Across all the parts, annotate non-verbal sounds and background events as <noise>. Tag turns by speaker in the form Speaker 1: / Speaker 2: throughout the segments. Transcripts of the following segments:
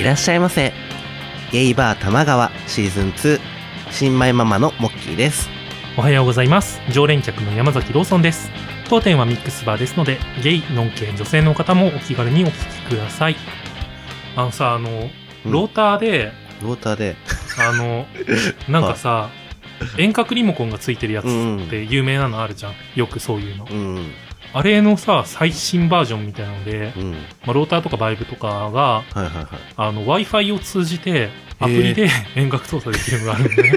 Speaker 1: いらっしゃいませゲイバー玉川シーズン2新米ママのモッキーです
Speaker 2: おはようございます常連客の山崎ローソンです当店はミックスバーですのでゲイノン系女性の方もお気軽にお聞きくださいあのさあの
Speaker 1: うん
Speaker 2: ローターで、
Speaker 1: ウォーターで
Speaker 2: あ
Speaker 1: <laughs>
Speaker 2: のなんかさ遠隔リモコンがついてるやつ
Speaker 1: うん
Speaker 2: って有名なのあるじゃんよくそういうの
Speaker 1: うん
Speaker 2: あれのさ最新バージョンみたいなので、
Speaker 1: うん
Speaker 2: まあ、ローターとかバイブとかが
Speaker 1: はいはいはい
Speaker 2: あの w i f i を通じてアプリで遠隔操作できるのがあ
Speaker 1: <laughs>
Speaker 2: るんで、ね、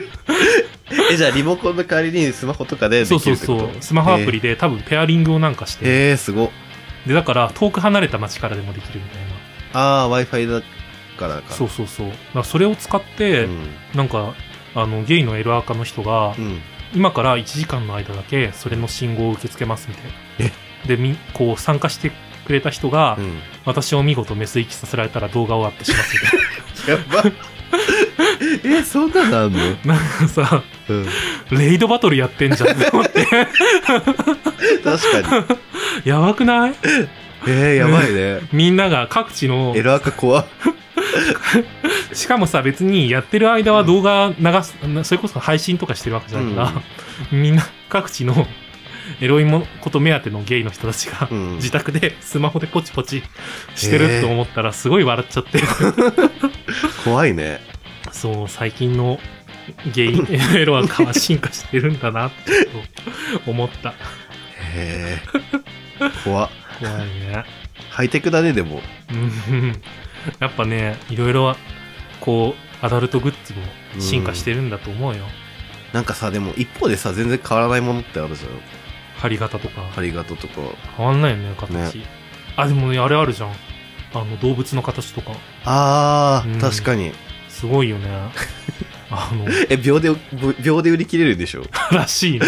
Speaker 1: えじゃあリモコンの代わりにスマホとかでで
Speaker 2: そう
Speaker 1: き
Speaker 2: そ
Speaker 1: る
Speaker 2: う
Speaker 1: ってこと
Speaker 2: そうスマホアプリで多分ペアリングをなんかして
Speaker 1: へえー、すごっ
Speaker 2: でだから遠く離れた町からでもできるみたいな
Speaker 1: ああ w i f i だからか
Speaker 2: そうそうそうだからそれを使って、
Speaker 1: うん
Speaker 2: なんかあのゲイのエルアーカの人が、
Speaker 1: うん
Speaker 2: 今から1時間の間だけそれの信号を受け付けますみたいな
Speaker 1: え
Speaker 2: でみこう参加してくれた人が、
Speaker 1: うん
Speaker 2: 私を見事メス行きさせられたら動画をアップしますみた
Speaker 1: や
Speaker 2: い
Speaker 1: ば <laughs> えそんなのあんの
Speaker 2: な <laughs> なんかさ
Speaker 1: うん
Speaker 2: レイドバトルやってんじゃんって思って <laughs>
Speaker 1: 確かに
Speaker 2: やばくない
Speaker 1: えー、やばいね
Speaker 2: みんなが各地の
Speaker 1: エラーか怖っ
Speaker 2: しかもさ別にやってる間は動画流す、 <laughs> なそれこそ配信とかしてるわけじゃないから、みんな各地のエロいものこと目当てのゲイの人たちが、
Speaker 1: うん
Speaker 2: 自宅でスマホでポチポチしてると思ったらすごい笑っちゃって、
Speaker 1: 怖いね
Speaker 2: そう最近のゲイ <laughs> エロはか進化してるんだなってちょっと思った
Speaker 1: へえ怖っ
Speaker 2: 怖いね
Speaker 1: ハイテクだねでも
Speaker 2: うんやっぱねいろいろこうアダルトグッズも進化してるんだと思うよ、
Speaker 1: なんかさでも一方でさ全然変わらないものってあるじゃん
Speaker 2: 貼り方とか
Speaker 1: 針型とか
Speaker 2: 変わんないよね形あでもねあれあるじゃんあの動物の形とか
Speaker 1: あー、
Speaker 2: うん
Speaker 1: 確かに
Speaker 2: すごい
Speaker 1: <laughs>
Speaker 2: よねあの
Speaker 1: え秒で秒で売り切れるんでしょ <laughs>
Speaker 2: らしいね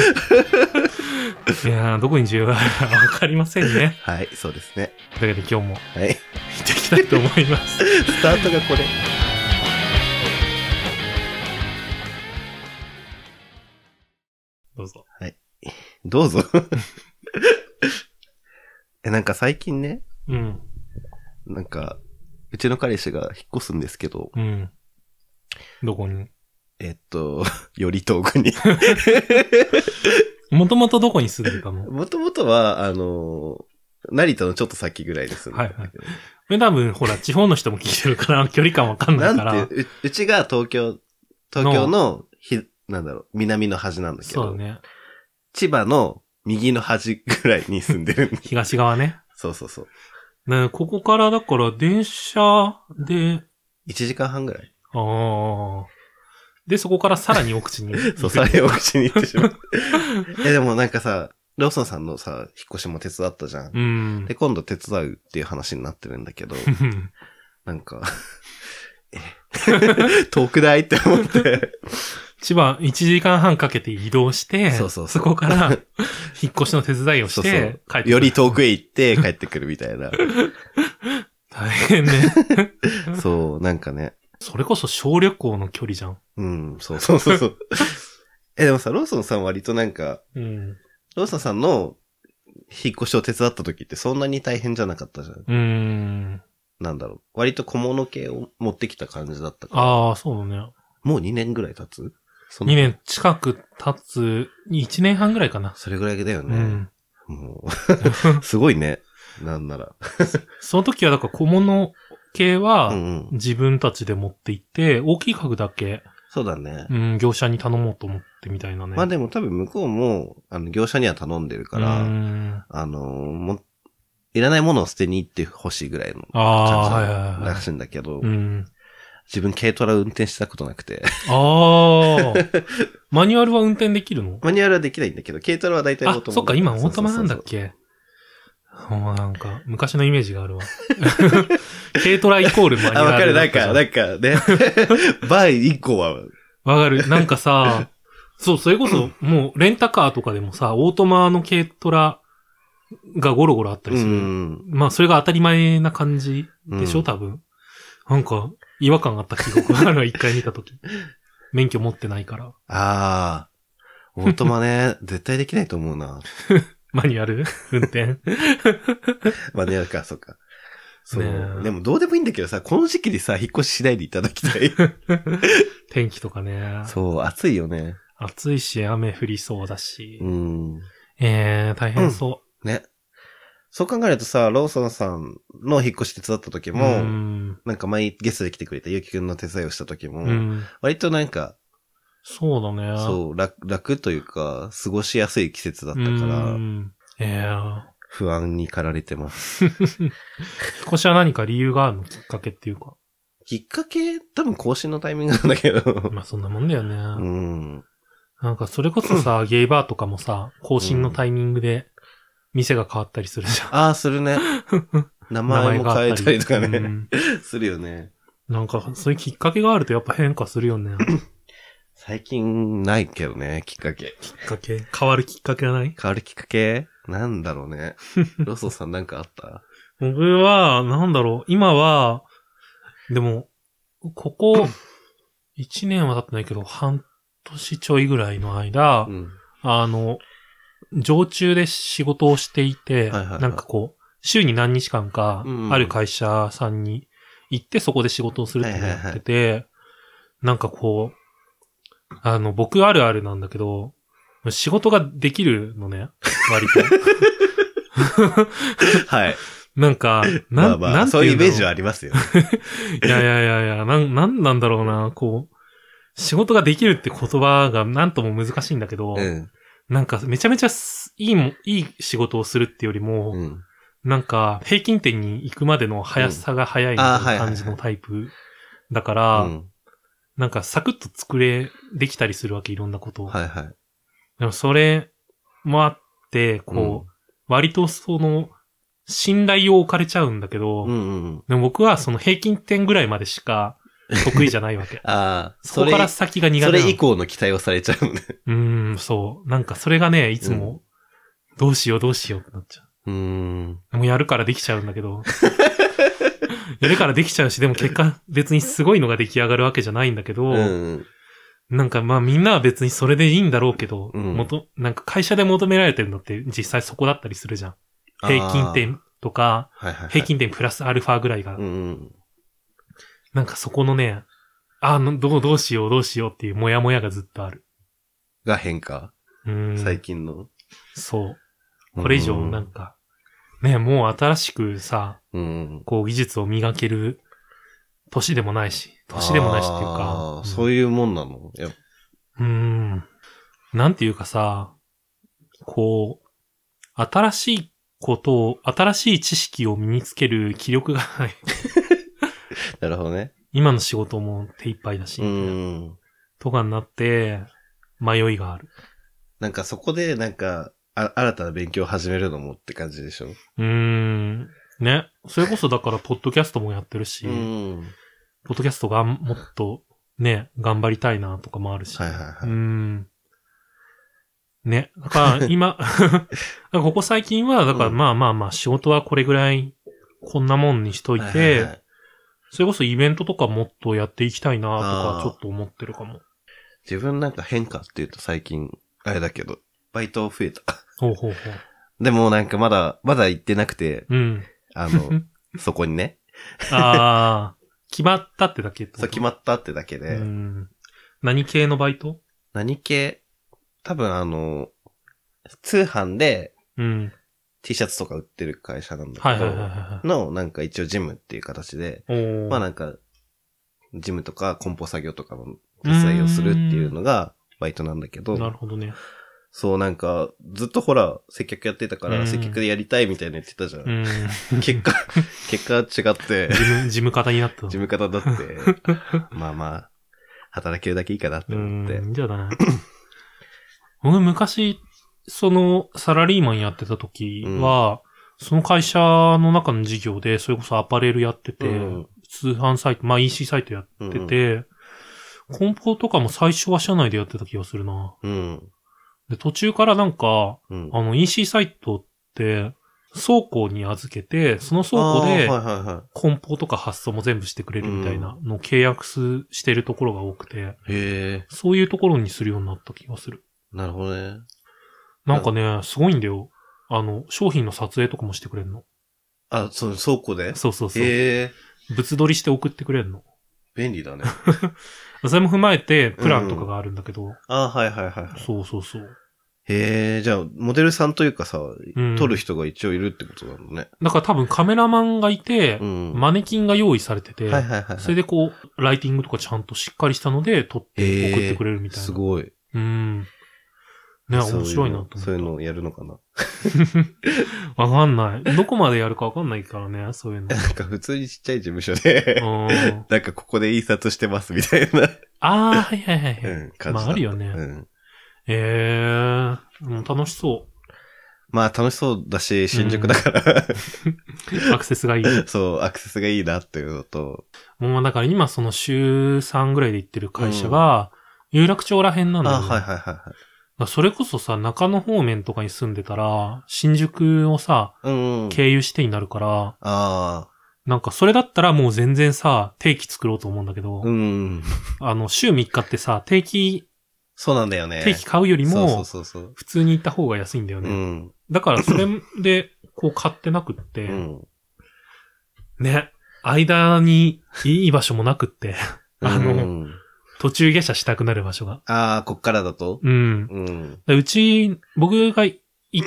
Speaker 2: いやーどこに需要があるか分かりませんね
Speaker 1: はいそうですね
Speaker 2: というわけで今日も
Speaker 1: はい
Speaker 2: 行っていきたいと思います
Speaker 1: <laughs> スタートがこれ
Speaker 2: どうぞ
Speaker 1: どうぞ <laughs> えなんか最近ね
Speaker 2: うん
Speaker 1: なんかうちの彼氏が引っ越すんですけど、
Speaker 2: うんどこに
Speaker 1: えっと、 <laughs> より遠くに。 <laughs>
Speaker 2: もともとどこに住んでたの
Speaker 1: もともとは、あの成田のちょっと先ぐらいですんでたんだけど
Speaker 2: これ多分ほら地方の人も聞いてるから距離感分かんないから
Speaker 1: なんてう、うちが東京、東京の、ひ、なんだろう、南の端なんだけ
Speaker 2: そう
Speaker 1: ど、
Speaker 2: だね
Speaker 1: 千葉の右の端ぐらいに住んでるん <laughs> で
Speaker 2: 東側ね
Speaker 1: そうそうそう。
Speaker 2: ねここからだから電車で
Speaker 1: 1時間半ぐらい。。
Speaker 2: ああ。で、そこからさらに奥地に
Speaker 1: <laughs> そう、されを口に行ってし <laughs> まう。え、でもなんかさ、ローソンさんのさ、引っ越しも手伝ったじゃん。
Speaker 2: うん。 <laughs>
Speaker 1: で、今度手伝うっていう話になってるんだけど、なんか、 <laughs> え、 <laughs> 遠くないって思って。
Speaker 2: 千葉1時間半かけて移動して、
Speaker 1: そうそうそう <laughs>
Speaker 2: こから、引っ越しの手伝いをし
Speaker 1: そうそう
Speaker 2: て、帰ってくる
Speaker 1: より遠くへ行って帰ってくるみたいな。
Speaker 2: 大変ね。
Speaker 1: そう、なんかね。
Speaker 2: それこそ小旅行の距離じゃん。
Speaker 1: うん、そうそうそう <laughs> そう。え、でもさ、ローソンさん割となんか、
Speaker 2: うん。
Speaker 1: ローソンさんの引っ越しを手伝った時ってそんなに大変じゃなかったじゃん。
Speaker 2: うーん。
Speaker 1: なんだろう。割と小物系を持ってきた感じだったから。
Speaker 2: ああ、そうだね。
Speaker 1: もう2年ぐらい経つその
Speaker 2: 2。年近く経つ、1年半ぐらいかな。
Speaker 1: それぐらいだよ
Speaker 2: う
Speaker 1: ね。
Speaker 2: ん。
Speaker 1: もう、 <laughs> すごいね。なんなら。
Speaker 2: その時は、だから小物系
Speaker 1: う
Speaker 2: は、
Speaker 1: んうん。
Speaker 2: 自分たちで持って行って、大きい家具だけ、
Speaker 1: そうだね。
Speaker 2: うん、業者に頼もうと思ってみたいなね。
Speaker 1: まあでも多分向こうも、あの、業者には頼んでるか
Speaker 2: うー
Speaker 1: ら、
Speaker 2: ん
Speaker 1: あの、も、いらないものを捨てに行ってほしいぐらいの
Speaker 2: ああ、はいはい
Speaker 1: ら
Speaker 2: はい。
Speaker 1: しいんだけど
Speaker 2: う、ん。
Speaker 1: 自分軽トラ運転したことなくて。 <laughs>
Speaker 2: ああ。マニュアルは運転できるの
Speaker 1: マニュアルはできないんだけど、軽トラは大体オー
Speaker 2: あ
Speaker 1: ト、マ。
Speaker 2: そっか、今オートマなんだっ
Speaker 1: そう
Speaker 2: けもうなんか、昔のイメージがあるわ。 <laughs> 軽トライコールマニ
Speaker 1: そう
Speaker 2: ュ
Speaker 1: そう。あ、わ
Speaker 2: ア
Speaker 1: か
Speaker 2: ル
Speaker 1: る、
Speaker 2: だ
Speaker 1: な
Speaker 2: っ
Speaker 1: ん
Speaker 2: たじゃ
Speaker 1: か、
Speaker 2: ん。
Speaker 1: なんかね。
Speaker 2: <laughs>
Speaker 1: バイ以降は、
Speaker 2: わかる。なんかさ、そう、それこそ、もう、レンタカーとかでもさ、オートマの軽トラがゴロゴロあったり
Speaker 1: う
Speaker 2: する。
Speaker 1: ん。
Speaker 2: まあ、それが当たり前な感じでしょ、
Speaker 1: うん
Speaker 2: 多分。なんか、違和感あった記憶があるわ、一回見た
Speaker 1: <laughs>
Speaker 2: とき。免許持ってないから。
Speaker 1: ああ、オートマね、 <laughs> 絶対できないと思うな。
Speaker 2: マニュアル運転
Speaker 1: マニュアルか、そっか。そう、
Speaker 2: ねえ
Speaker 1: でもどうでもいいんだけどさ、この時期にさ、引っ越ししないでいただきた
Speaker 2: <laughs>
Speaker 1: い。
Speaker 2: 天気とかね。
Speaker 1: そう、暑いよね。
Speaker 2: 暑いし、雨降りそうだし。
Speaker 1: うん。
Speaker 2: えー、大変そ
Speaker 1: ね。そう考えるとさ、ローソンさんの引っ越し手伝った時
Speaker 2: う。
Speaker 1: も、
Speaker 2: ん。
Speaker 1: なんか前ゲストで来てくれたゆうきくんの手伝いをした時も、
Speaker 2: うん。
Speaker 1: 割となんか、
Speaker 2: そうだね。
Speaker 1: そう、楽、楽というか、過ごしやすい季節だったか
Speaker 2: う
Speaker 1: ら、
Speaker 2: んえー、
Speaker 1: 不安に駆られてます。
Speaker 2: 少しは何か理由があるのきっかけっていうか。
Speaker 1: きっかけ、多分更新のタイミングなんだけ
Speaker 2: <laughs>
Speaker 1: ど、
Speaker 2: まあそんなもんだよね。
Speaker 1: うん。
Speaker 2: なんかそれこそさ、ゲイバーとかもさ、更新のタイミングで店が変わったりするじゃん。
Speaker 1: ああ、する
Speaker 2: <laughs>
Speaker 1: ね。名前も変えたりとか
Speaker 2: 名前があ
Speaker 1: ね、
Speaker 2: ったり
Speaker 1: <laughs> するよね。
Speaker 2: うんなんかそういうきっかけがあるとやっぱ変化するよね。
Speaker 1: 最近ないけどね、きっかけ。
Speaker 2: きっかけ。変わるきっかけはない
Speaker 1: 変わるきっかけなんだろう
Speaker 2: <laughs>
Speaker 1: ね。ローソンさんなんかあった
Speaker 2: 僕は、なんだろう、今は、でも、ここ、1年は経ってないけど、半年ちょいぐらいの間、 <laughs>
Speaker 1: うん。
Speaker 2: あの、常駐で仕事をしていて、
Speaker 1: はいはいはい
Speaker 2: なんかこう、週に何日間か
Speaker 1: う、ん
Speaker 2: ある会社さんに行ってそこで仕事をするっていうのをやってて、なんかこう、あの、僕あるあるなんだけど、仕事ができるのね、割と。
Speaker 1: <laughs> はい。
Speaker 2: なんか、
Speaker 1: ま
Speaker 2: な
Speaker 1: あ
Speaker 2: ん、
Speaker 1: ま
Speaker 2: な
Speaker 1: あ、
Speaker 2: んて
Speaker 1: そういう
Speaker 2: い
Speaker 1: イ
Speaker 2: うんだろ
Speaker 1: メージはありますよ。
Speaker 2: いやいやいやいや、なん、なんなんだろうな、こう、仕事ができるって言葉がなんとも難しいんだけど、
Speaker 1: うん。
Speaker 2: なんかめちゃめちゃすいいも、いい仕事をするってよりも、
Speaker 1: うん。
Speaker 2: なんか平均点に行くまでの速さが速いみ
Speaker 1: うんあ
Speaker 2: た
Speaker 1: ー
Speaker 2: い
Speaker 1: はい
Speaker 2: な
Speaker 1: はいはい
Speaker 2: 感じのタイプだから、
Speaker 1: うん
Speaker 2: なんかサクッと作れ、できたりするわけ、いろんなことを。
Speaker 1: はいはい。
Speaker 2: でもそれもあって、こ
Speaker 1: うん
Speaker 2: う、割とその、信頼を置かれちゃうんだけど、
Speaker 1: うんうんうん。。
Speaker 2: でも僕はその平均点ぐらいまでしか得意じゃないわけ
Speaker 1: <laughs> ああ、
Speaker 2: そこから先が苦手な
Speaker 1: そ
Speaker 2: の。
Speaker 1: れ以降の期待をされちゃうね。
Speaker 2: うーん、そう。なんかそれがね、いつも、どうしようどうしようってなっちゃ
Speaker 1: うーん。
Speaker 2: う。もうやるからできちゃうんだけど。 <laughs> やるからできちゃうし、でも結果別にすごいのが出来上がるわけじゃないんだけど、
Speaker 1: うん。
Speaker 2: なんかまあみんなは別にそれでいいんだろうけど、
Speaker 1: うん
Speaker 2: もとなんか会社で求められてるのって実際そこだったりするじゃん。平均
Speaker 1: あ
Speaker 2: 点とか、
Speaker 1: ー。はいはいはい。
Speaker 2: 平均点プラスアルファぐらいが
Speaker 1: うんうん。
Speaker 2: なんかそこのね、あの、どう、どうしよう、どうしようっていうモヤモヤがずっとある。
Speaker 1: が変化。
Speaker 2: うーん。
Speaker 1: 最近の。
Speaker 2: そう。これ以上、なんか、ね、もう新しくさ、
Speaker 1: うんうん。
Speaker 2: こう技術を磨ける年でもないし、年でもないしっていう
Speaker 1: あ
Speaker 2: か
Speaker 1: ー、そういうもんなのやっ
Speaker 2: うん。うーん。なんていうかさ、こう、新しいことを、新しい知識を身につける気力が <laughs> ない。
Speaker 1: なるほどね。
Speaker 2: 今の仕事も手一杯だし、
Speaker 1: うん。
Speaker 2: とかになって、迷いがある。
Speaker 1: なんかそこで、なんか、あ新たな勉強を始めるのもって感じでしょ。
Speaker 2: うーん。ね。それこそだから、ポッドキャストもやってるし、
Speaker 1: うん。
Speaker 2: ポッドキャストがもっと、ね、頑張りたいなとかもあるし。
Speaker 1: はいはい
Speaker 2: うー
Speaker 1: はい。
Speaker 2: ん。ね。
Speaker 1: <laughs>
Speaker 2: だから、今、 <laughs> だからここ最近は、だから
Speaker 1: うん
Speaker 2: まあまあまあ、仕事はこれぐらい、こんなもんにしとい
Speaker 1: はいはいは
Speaker 2: て、
Speaker 1: い
Speaker 2: それこそイベントとかもっとやっていきたいなとか
Speaker 1: あ、ー
Speaker 2: ちょっと思ってるかも。
Speaker 1: 自分なんか変化っていうと最近、あれだけど、バイト増えた。 <laughs>
Speaker 2: ほうほうほう。
Speaker 1: でもなんかまだ、まだ行ってなくて、
Speaker 2: うん。
Speaker 1: あ
Speaker 2: <laughs>
Speaker 1: の、そこにね、
Speaker 2: ああ、決まったってだけってこ
Speaker 1: そ
Speaker 2: と
Speaker 1: う決まったってだけで、
Speaker 2: うん。何系のバイト
Speaker 1: 何系多分あの、通販で
Speaker 2: うん。
Speaker 1: T シャツとか売ってる会社なんだけど、
Speaker 2: はいはいはいはいはい。
Speaker 1: の、なんか一応ジムっていう形で、
Speaker 2: おー
Speaker 1: まあなんか、ジムとか梱包作業とかの手伝いをするっていうのがバイトなんだけ
Speaker 2: な
Speaker 1: ど
Speaker 2: る、ほどね。
Speaker 1: そうなんか、ずっとほら、接客やってたか
Speaker 2: う
Speaker 1: ら、
Speaker 2: ん
Speaker 1: 接客でやりたいみたいな言ってたじゃ。
Speaker 2: うんん。
Speaker 1: 結
Speaker 2: <laughs>
Speaker 1: 果、結果違って
Speaker 2: 事、務、事務方になったの。
Speaker 1: 事務方だって、
Speaker 2: <laughs>
Speaker 1: まあまあ、働けるだけいいかなって思って
Speaker 2: う。ん、じゃない。 <clears throat> 僕昔、その、サラリーマンやってた時は、その会社の中の事業で、それこそアパレルやってて、
Speaker 1: うん
Speaker 2: 通販サイト、まあ EC サイトやって
Speaker 1: うん
Speaker 2: て、梱包とかも最初は社内でやってた気がするな。
Speaker 1: うん。
Speaker 2: で、途中からなんか、
Speaker 1: うん。
Speaker 2: あの EC サイトって、倉庫に預けて、その倉庫
Speaker 1: あーは
Speaker 2: で
Speaker 1: い、はいはい。
Speaker 2: 梱包とか発送も全部してくれるみたいなのを契約すしてるところが多くて、
Speaker 1: へえ、
Speaker 2: そういうところにするようになった気がする。
Speaker 1: なるほどね。
Speaker 2: なんかね、すごいんだよ。あの、商品の撮影とかもしてくれるの。
Speaker 1: あ、その倉庫で
Speaker 2: そうそうそう。
Speaker 1: へえ、
Speaker 2: 物撮りして送ってくれるの。
Speaker 1: 便利だね。
Speaker 2: それも踏まえて、プランとかがあるんだけど、
Speaker 1: あはいはいはいはい。
Speaker 2: そうそうそう。
Speaker 1: へえ、じゃあ、モデルさんというかさ、
Speaker 2: うん
Speaker 1: 撮る人が一応いるってことなのね。
Speaker 2: だから多分カメラマンがいて、
Speaker 1: うん。
Speaker 2: マネキンが用意されてて、
Speaker 1: はいはいはい、
Speaker 2: そ
Speaker 1: は
Speaker 2: れでこう、ライティングとかちゃんとしっかりしたので、撮って
Speaker 1: へー
Speaker 2: 送ってくれるみ
Speaker 1: い。
Speaker 2: たいな。
Speaker 1: すごい。
Speaker 2: うん。ね、
Speaker 1: そううの
Speaker 2: 面白いなと
Speaker 1: そう
Speaker 2: 思う。
Speaker 1: いうのをやるのかな。
Speaker 2: わかんない。どこまでやるかわかんないからね、そう
Speaker 1: <laughs>
Speaker 2: いうの。
Speaker 1: なんか普通にちっちゃい事務所で、
Speaker 2: うん
Speaker 1: <laughs> なんかここで印刷してますみたいな、
Speaker 2: ああ、はいはいはいうはい。
Speaker 1: ん、感じだった
Speaker 2: まああるよね
Speaker 1: うん。
Speaker 2: ええもう楽しそ
Speaker 1: まあ楽しそうだし、新宿だから、
Speaker 2: う。アクセ
Speaker 1: <laughs>
Speaker 2: スがいい。
Speaker 1: そう、アクセスがいいなっていうのと、
Speaker 2: もうだから今その週3ぐらいで行ってる会社が、有楽町ら辺なんだよ
Speaker 1: あ
Speaker 2: ね、
Speaker 1: はいはいはいはい。
Speaker 2: だからそれこそさ、中野方面とかに住んでたら、新宿をさ、
Speaker 1: うん、うん。
Speaker 2: 経由してになるから、
Speaker 1: ああ、
Speaker 2: なんかそれだったらもう全然さ、定期作ろうと思うんだけど、
Speaker 1: うん。
Speaker 2: あの、週3日ってさ、定期、
Speaker 1: そうなんだよね。
Speaker 2: 定期買うより
Speaker 1: そ
Speaker 2: も
Speaker 1: う、そうそうそう。
Speaker 2: 普通に行った方が安いんだよ
Speaker 1: う
Speaker 2: ね。
Speaker 1: ん。
Speaker 2: だからそれで、こう買ってなくって、
Speaker 1: うん。
Speaker 2: ね、間にいい場所もなくって、あの
Speaker 1: うん
Speaker 2: 途中下車したくなる場所が。
Speaker 1: ああ、こっからだと
Speaker 2: うん。
Speaker 1: うん。
Speaker 2: でうち、僕が行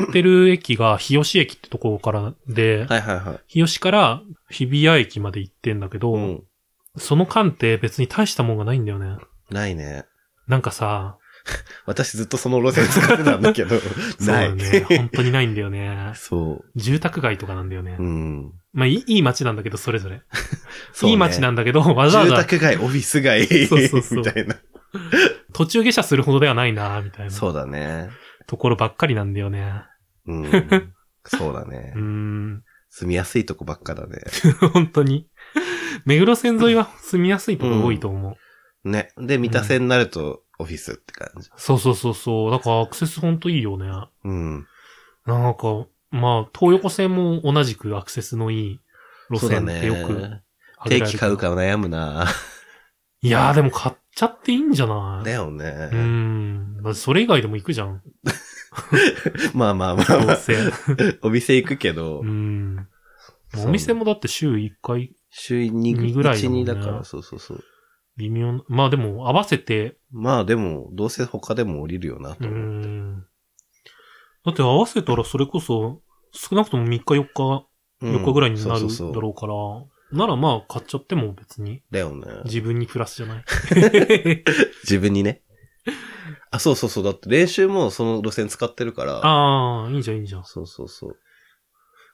Speaker 2: ってる駅が日吉駅ってところからで、
Speaker 1: はいはいはい。
Speaker 2: 日吉から日比谷駅まで行ってんだけど、
Speaker 1: うん。
Speaker 2: その間って別に大したもんがないんだよね。
Speaker 1: ないね。
Speaker 2: なんかさ、
Speaker 1: 私ずっとその路線使ってたんだけど
Speaker 2: <laughs> そ、う
Speaker 1: な
Speaker 2: だよ
Speaker 1: い。
Speaker 2: ね。 <laughs> 本当にないんだよね。
Speaker 1: そ
Speaker 2: 住宅街とかなんだよね
Speaker 1: う。う。ん。
Speaker 2: まあ、いいいい街なんだけど、それぞれ。
Speaker 1: そうね
Speaker 2: いい街なんだけど、わざわ
Speaker 1: 住
Speaker 2: ざ
Speaker 1: 宅街、オフィス街、
Speaker 2: <laughs> そうそうそう
Speaker 1: みたいな。
Speaker 2: 途中下車するほどではないな、みたいな
Speaker 1: そうだね。
Speaker 2: ところばっかりなんだよね。 <laughs>
Speaker 1: うん。そうだね
Speaker 2: うー。ん。
Speaker 1: 住みやすいとこばっかだね。
Speaker 2: 本当に。目黒線沿いは住みやすいとこ多いと思う。
Speaker 1: ね。で、三田線になると、オフィスって感じ。
Speaker 2: そうそうそうそう。だからアクセス本当いいよね。
Speaker 1: うん。
Speaker 2: なんか、まあ、東横線も同じくアクセスのいい路
Speaker 1: そうだ
Speaker 2: 線ってよく、
Speaker 1: ね。定期買う。か悩むな。
Speaker 2: いやーでも買っちゃっていいんじゃない
Speaker 1: だよ
Speaker 2: うー
Speaker 1: ね。
Speaker 2: ん。だってそれ以外でも行くじゃん。
Speaker 1: まあまあまあ
Speaker 2: ど
Speaker 1: ま
Speaker 2: う
Speaker 1: あ、 <laughs>
Speaker 2: せ。
Speaker 1: お店行くけど
Speaker 2: う、ん。まあお店もだって週1回
Speaker 1: 週に
Speaker 2: 二ぐらいだもんね
Speaker 1: 1、2だから、そうそうそう。
Speaker 2: 微妙な。まあでも合わせて、
Speaker 1: まあでも、どうせ他でも降りるよな
Speaker 2: う
Speaker 1: と
Speaker 2: ー
Speaker 1: 思う。
Speaker 2: ん。だって合わせたらそれこそ少なくとも3日4日、4日ぐらいになる
Speaker 1: そうそう
Speaker 2: だ
Speaker 1: そう
Speaker 2: ろうから、ならまあ買っちゃっても別に
Speaker 1: だよね。
Speaker 2: 自分にプラスじゃない。 <laughs>
Speaker 1: 自分にね。あ、そうそうそう。だって練習もその路線使ってるから。
Speaker 2: ああ、いいじゃんいいじゃん。
Speaker 1: そうそうそ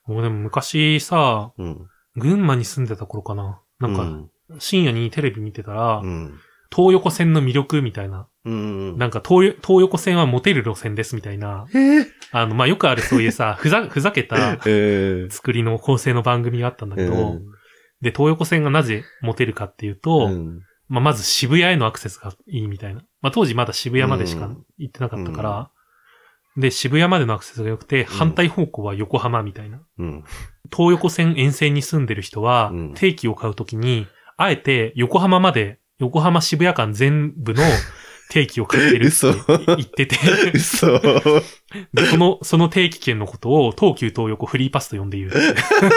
Speaker 1: う。
Speaker 2: もうでも昔さ、
Speaker 1: うん。
Speaker 2: 群馬に住んでた頃かな。なんか、深夜にテレビ見てたら、
Speaker 1: うん。
Speaker 2: 東横線の魅力みたいな。
Speaker 1: うん。うん。
Speaker 2: なんか東よ、東横線はモテる路線ですみたいな。
Speaker 1: <laughs> えー
Speaker 2: あの、まあ、よくあるそうい
Speaker 1: <laughs>
Speaker 2: うさ、ふざ、ふざけた
Speaker 1: えー
Speaker 2: 作りの構成の番組があったんだけど、
Speaker 1: うん
Speaker 2: で、東横線がなぜモテるかっていうと、
Speaker 1: うん
Speaker 2: まあ、まず渋谷へのアクセスがいいみたいな。まあ、当時まだ渋谷までし
Speaker 1: う
Speaker 2: か
Speaker 1: ん
Speaker 2: 行ってなかったから、で、渋谷までのアクセスが良くて、反対方向は横浜みたいな。
Speaker 1: うん。
Speaker 2: 東横線沿線に住んでる人は
Speaker 1: うん、
Speaker 2: 定期を買うときに、あえて横浜まで、横浜渋谷間全部
Speaker 1: <laughs>
Speaker 2: の定期を買ってるって <laughs>
Speaker 1: 嘘
Speaker 2: 言ってて、
Speaker 1: 嘘。
Speaker 2: でその、その定期券のことを東急東横フリーパスと呼んでいる。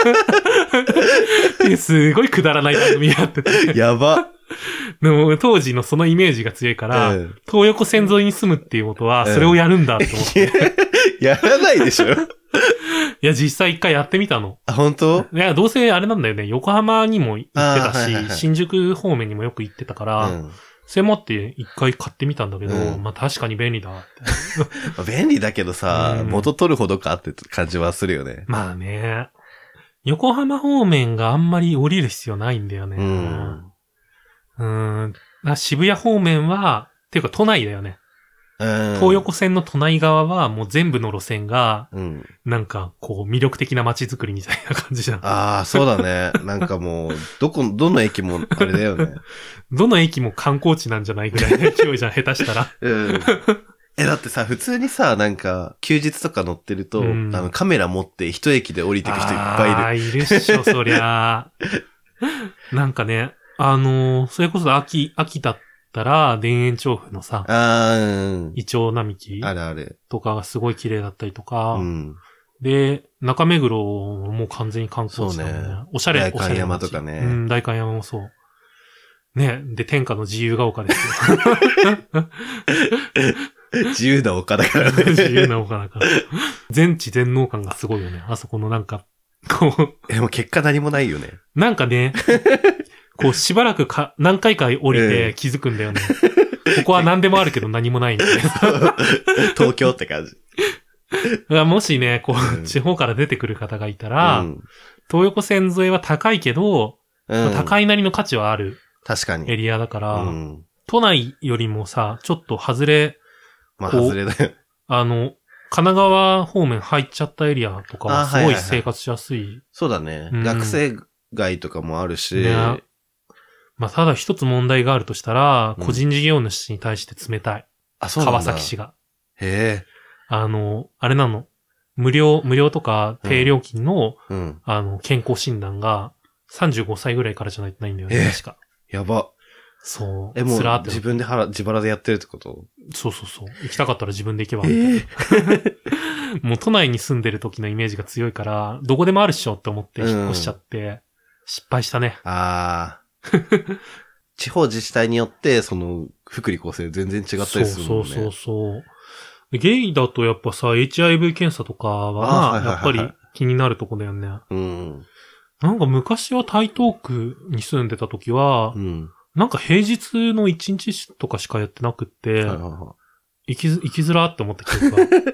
Speaker 1: <laughs>
Speaker 2: っていうすごいくだらない番組があってて。
Speaker 1: やば。
Speaker 2: でも当時のそのイメージが強いから、
Speaker 1: うん
Speaker 2: 東横線沿いに住むっていうことは、
Speaker 1: うん
Speaker 2: それをやるんだと思って。
Speaker 1: やらないでしょ。
Speaker 2: <laughs> いや、実際一回やってみたの。
Speaker 1: あ、本当
Speaker 2: いや、どうせあれなんだよね。横浜にも行ってた
Speaker 1: あーはいはいは
Speaker 2: し、
Speaker 1: い
Speaker 2: 新宿方面にもよく行ってたから、
Speaker 1: うん
Speaker 2: それもあって一回買ってみたんだけど、
Speaker 1: うん
Speaker 2: まあ確かに便利だって。
Speaker 1: まあ便利だけどさ
Speaker 2: う、ん
Speaker 1: 元取るほどかって感じはするよね。
Speaker 2: まあね。横浜方面があんまり降りる必要ないんだよね。
Speaker 1: うん。
Speaker 2: うん。だから渋谷方面は、っていうか都内だよね。
Speaker 1: 東
Speaker 2: 東横線の都内側はもう全部の路線が、
Speaker 1: うん。
Speaker 2: なんかこう魅力的な街づくりみたいな感じじゃん。
Speaker 1: ああ、そうだね。なんかもう、どこ、どの駅もあれだよね。
Speaker 2: どの駅も観光地なんじゃないぐらいの勢いじゃん、下手
Speaker 1: <laughs>
Speaker 2: したら。
Speaker 1: うん。え、だってさ、普通にさ、なんか、休日とか乗ってると、
Speaker 2: うん
Speaker 1: あの、カメラ持って一駅で降りてく人いっぱいいる。
Speaker 2: いる。いるっしょ、そ
Speaker 1: <laughs>
Speaker 2: りゃ。なんかね、あのーそれこそ秋、秋だったら、田園調布のさ、
Speaker 1: あー、うん。
Speaker 2: イチョウ並木
Speaker 1: あるある。
Speaker 2: とかがすごい綺麗だったりとか、
Speaker 1: うん。
Speaker 2: で、中目黒ももう完全に観光地だもん
Speaker 1: そうね
Speaker 2: おしゃれ、
Speaker 1: 代官山とかね
Speaker 2: おしゃれな街うん、大観山もそう。ね、で、天下の自由が丘ですよ。
Speaker 1: <laughs> 自由な丘だから <laughs> ね。
Speaker 2: 自由な丘だから。全知全能感がすごいよね。あそこのなんか、こう、
Speaker 1: でも結果何もないよね。
Speaker 2: なんか
Speaker 1: <laughs>
Speaker 2: ね、こうしばらくか、何回か降り
Speaker 1: ええ
Speaker 2: て気づくんだよね。ここは何でもあるけど何もないんだ
Speaker 1: <laughs>
Speaker 2: よね
Speaker 1: 東京って
Speaker 2: <laughs>
Speaker 1: 感じ。
Speaker 2: だからもしね、こ
Speaker 1: うん
Speaker 2: う、地方から出てくる方がいたら、
Speaker 1: うん
Speaker 2: 東横線沿いは高いけど、
Speaker 1: うん、
Speaker 2: 高
Speaker 1: い。
Speaker 2: いなりの価値はある
Speaker 1: 確かに。
Speaker 2: エリアだから、
Speaker 1: うん。
Speaker 2: 都内よりもさ、ちょっと外れ、
Speaker 1: まあ、
Speaker 2: こう
Speaker 1: 外れだよ。
Speaker 2: あの、神奈川方面入っちゃったエリアとか
Speaker 1: あ
Speaker 2: は
Speaker 1: はい
Speaker 2: す
Speaker 1: は
Speaker 2: ご
Speaker 1: い
Speaker 2: い
Speaker 1: はい
Speaker 2: 生活しやすい。
Speaker 1: <laughs> そうだね。
Speaker 2: うん
Speaker 1: 学生街とかもあるし、
Speaker 2: ねまあ、ただ一つ問題があるとしたら、
Speaker 1: うん
Speaker 2: 個人事業主に対して冷たい。
Speaker 1: あ、そうなんだ
Speaker 2: 川崎市。が。
Speaker 1: へ
Speaker 2: あの、あれなの。無料、無料とか低料金の、
Speaker 1: え。うん。
Speaker 2: あの、健康診断が35歳ぐらいからじゃないとないんだよ
Speaker 1: え
Speaker 2: ね、
Speaker 1: え
Speaker 2: 確か。
Speaker 1: やば。
Speaker 2: そう。
Speaker 1: え、も
Speaker 2: つらー
Speaker 1: う
Speaker 2: って
Speaker 1: 自分で腹、自腹でやってるってこと
Speaker 2: そうそうそう。行きたかったら自分で行けば。
Speaker 1: ええ。
Speaker 2: もう都内に住んでる時のイメージが強いから、どこでもあるっしょって思って引っ越しちゃって、失敗したね。
Speaker 1: ああ。地方自治体によって、その、福利厚生全然違ったりするもんね。
Speaker 2: そうそうそうそう。ゲイだとやっぱさ、HIV 検査とか
Speaker 1: あはい
Speaker 2: は
Speaker 1: はい
Speaker 2: な、やっぱ
Speaker 1: はい
Speaker 2: り気になるとこだよね。
Speaker 1: うん。
Speaker 2: なんか昔は台東区に住んでた時は
Speaker 1: う、ん。
Speaker 2: なんか平日の1日とかしかやってなくって、
Speaker 1: はいはいは
Speaker 2: 行きづ、行きづらーって思った記憶があ
Speaker 1: <laughs>
Speaker 2: る。
Speaker 1: い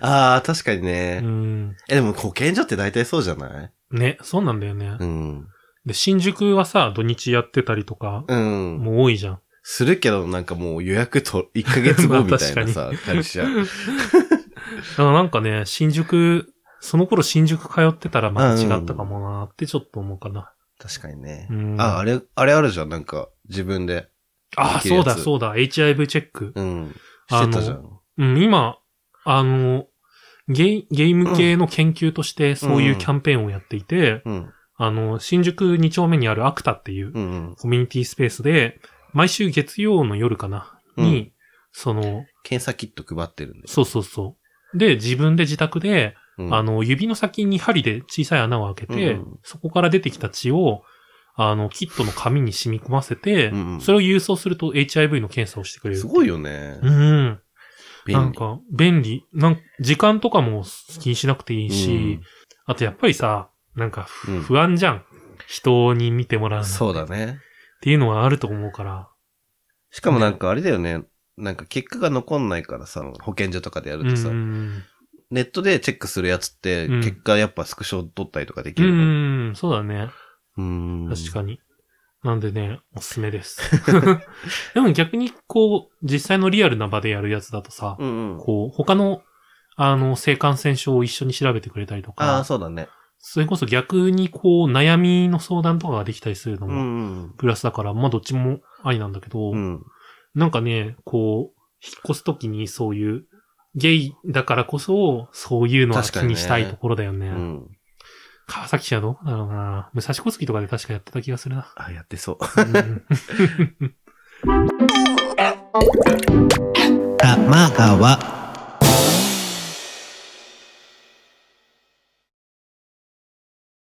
Speaker 1: ああ、確かに
Speaker 2: う
Speaker 1: ね。
Speaker 2: ん。
Speaker 1: え、でも保健所って大体そうじゃない
Speaker 2: ね、そうなんだよね
Speaker 1: う。ん。
Speaker 2: で、新宿はさ、土日やってたりとか、
Speaker 1: うん。
Speaker 2: もう多いじゃん。
Speaker 1: するけど、なんかもう予約と、1ヶ月後みたいな
Speaker 2: <laughs>
Speaker 1: さ、会社。
Speaker 2: だからなんかね、新宿、その頃新宿通ってたらまた違ったかもなーってちょっと思うかな。
Speaker 1: 確かにね
Speaker 2: う。ん。
Speaker 1: あ、あれ、あれあるじゃん、なんか、自分で。
Speaker 2: あ
Speaker 1: できる
Speaker 2: そ
Speaker 1: や
Speaker 2: う
Speaker 1: つ
Speaker 2: だそうだ、HIV チェック。
Speaker 1: うん。してたじゃん。
Speaker 2: うん、今、あの、ゲイ、ゲーム系の研究としてそういうキャンペーンをやっていて、
Speaker 1: うん。
Speaker 2: あの、新宿2丁目にあるアクタってい
Speaker 1: う
Speaker 2: う
Speaker 1: んうん。
Speaker 2: コミュニティスペースで、毎週月曜の夜かな、に、
Speaker 1: う
Speaker 2: その、
Speaker 1: 検査キット配ってるんで。
Speaker 2: そうそうそう。で、自分で自宅で、
Speaker 1: うん
Speaker 2: あの、指の先に針で小さい穴を開けて、
Speaker 1: うんうん
Speaker 2: そこから出てきた血を、あの、キットの紙に染み込ませて、
Speaker 1: うんうん
Speaker 2: それを郵送すると HIV の検査をしてくれる。
Speaker 1: すごい
Speaker 2: よ。
Speaker 1: よね。
Speaker 2: うん。
Speaker 1: 便
Speaker 2: な
Speaker 1: 利
Speaker 2: んか、便利。なん時間とかも気にしなくていいし、あとやっぱりさ、なんかふ、
Speaker 1: うん
Speaker 2: 不安じゃん。人に見てもらう
Speaker 1: う
Speaker 2: の
Speaker 1: ん
Speaker 2: って
Speaker 1: そうだね。
Speaker 2: っていうのはあると思うから。
Speaker 1: しかもなんかあれだよね。なんか結果が残んないからさ、保健所とかでやるとさ、
Speaker 2: うん
Speaker 1: ネットでチェックするやつって、
Speaker 2: うん
Speaker 1: 結果やっぱスクショ撮ったりとかでき
Speaker 2: う
Speaker 1: るね。
Speaker 2: ん、うんそうだね。
Speaker 1: うん。
Speaker 2: 確かに。なんでね、おすす
Speaker 1: <laughs>
Speaker 2: めです。でも逆に、こう、実際のリアルな場でやるやつだとさ、
Speaker 1: に。うんうん。
Speaker 2: こう、他の、あの、性感染症を一緒に調べてくれたりと
Speaker 1: ああ、
Speaker 2: か、
Speaker 1: そうだね。
Speaker 2: それこそ逆にこう、悩みの相談とかができたりするの
Speaker 1: う
Speaker 2: も、
Speaker 1: ん
Speaker 2: プラスだから、まあどっちもありなんだけど、
Speaker 1: うん。うん。
Speaker 2: なんかね、こう、引っ越すときにそういう、ゲイだからこそ、そういうのは
Speaker 1: 確
Speaker 2: 気
Speaker 1: かにね
Speaker 2: にしたいところだよね。
Speaker 1: うん。
Speaker 2: 川崎市はどうだろうな武蔵小杉とかで確かやってた気がす
Speaker 1: <laughs>
Speaker 2: るな。
Speaker 1: あ、やってそう。
Speaker 2: うん
Speaker 3: 玉川。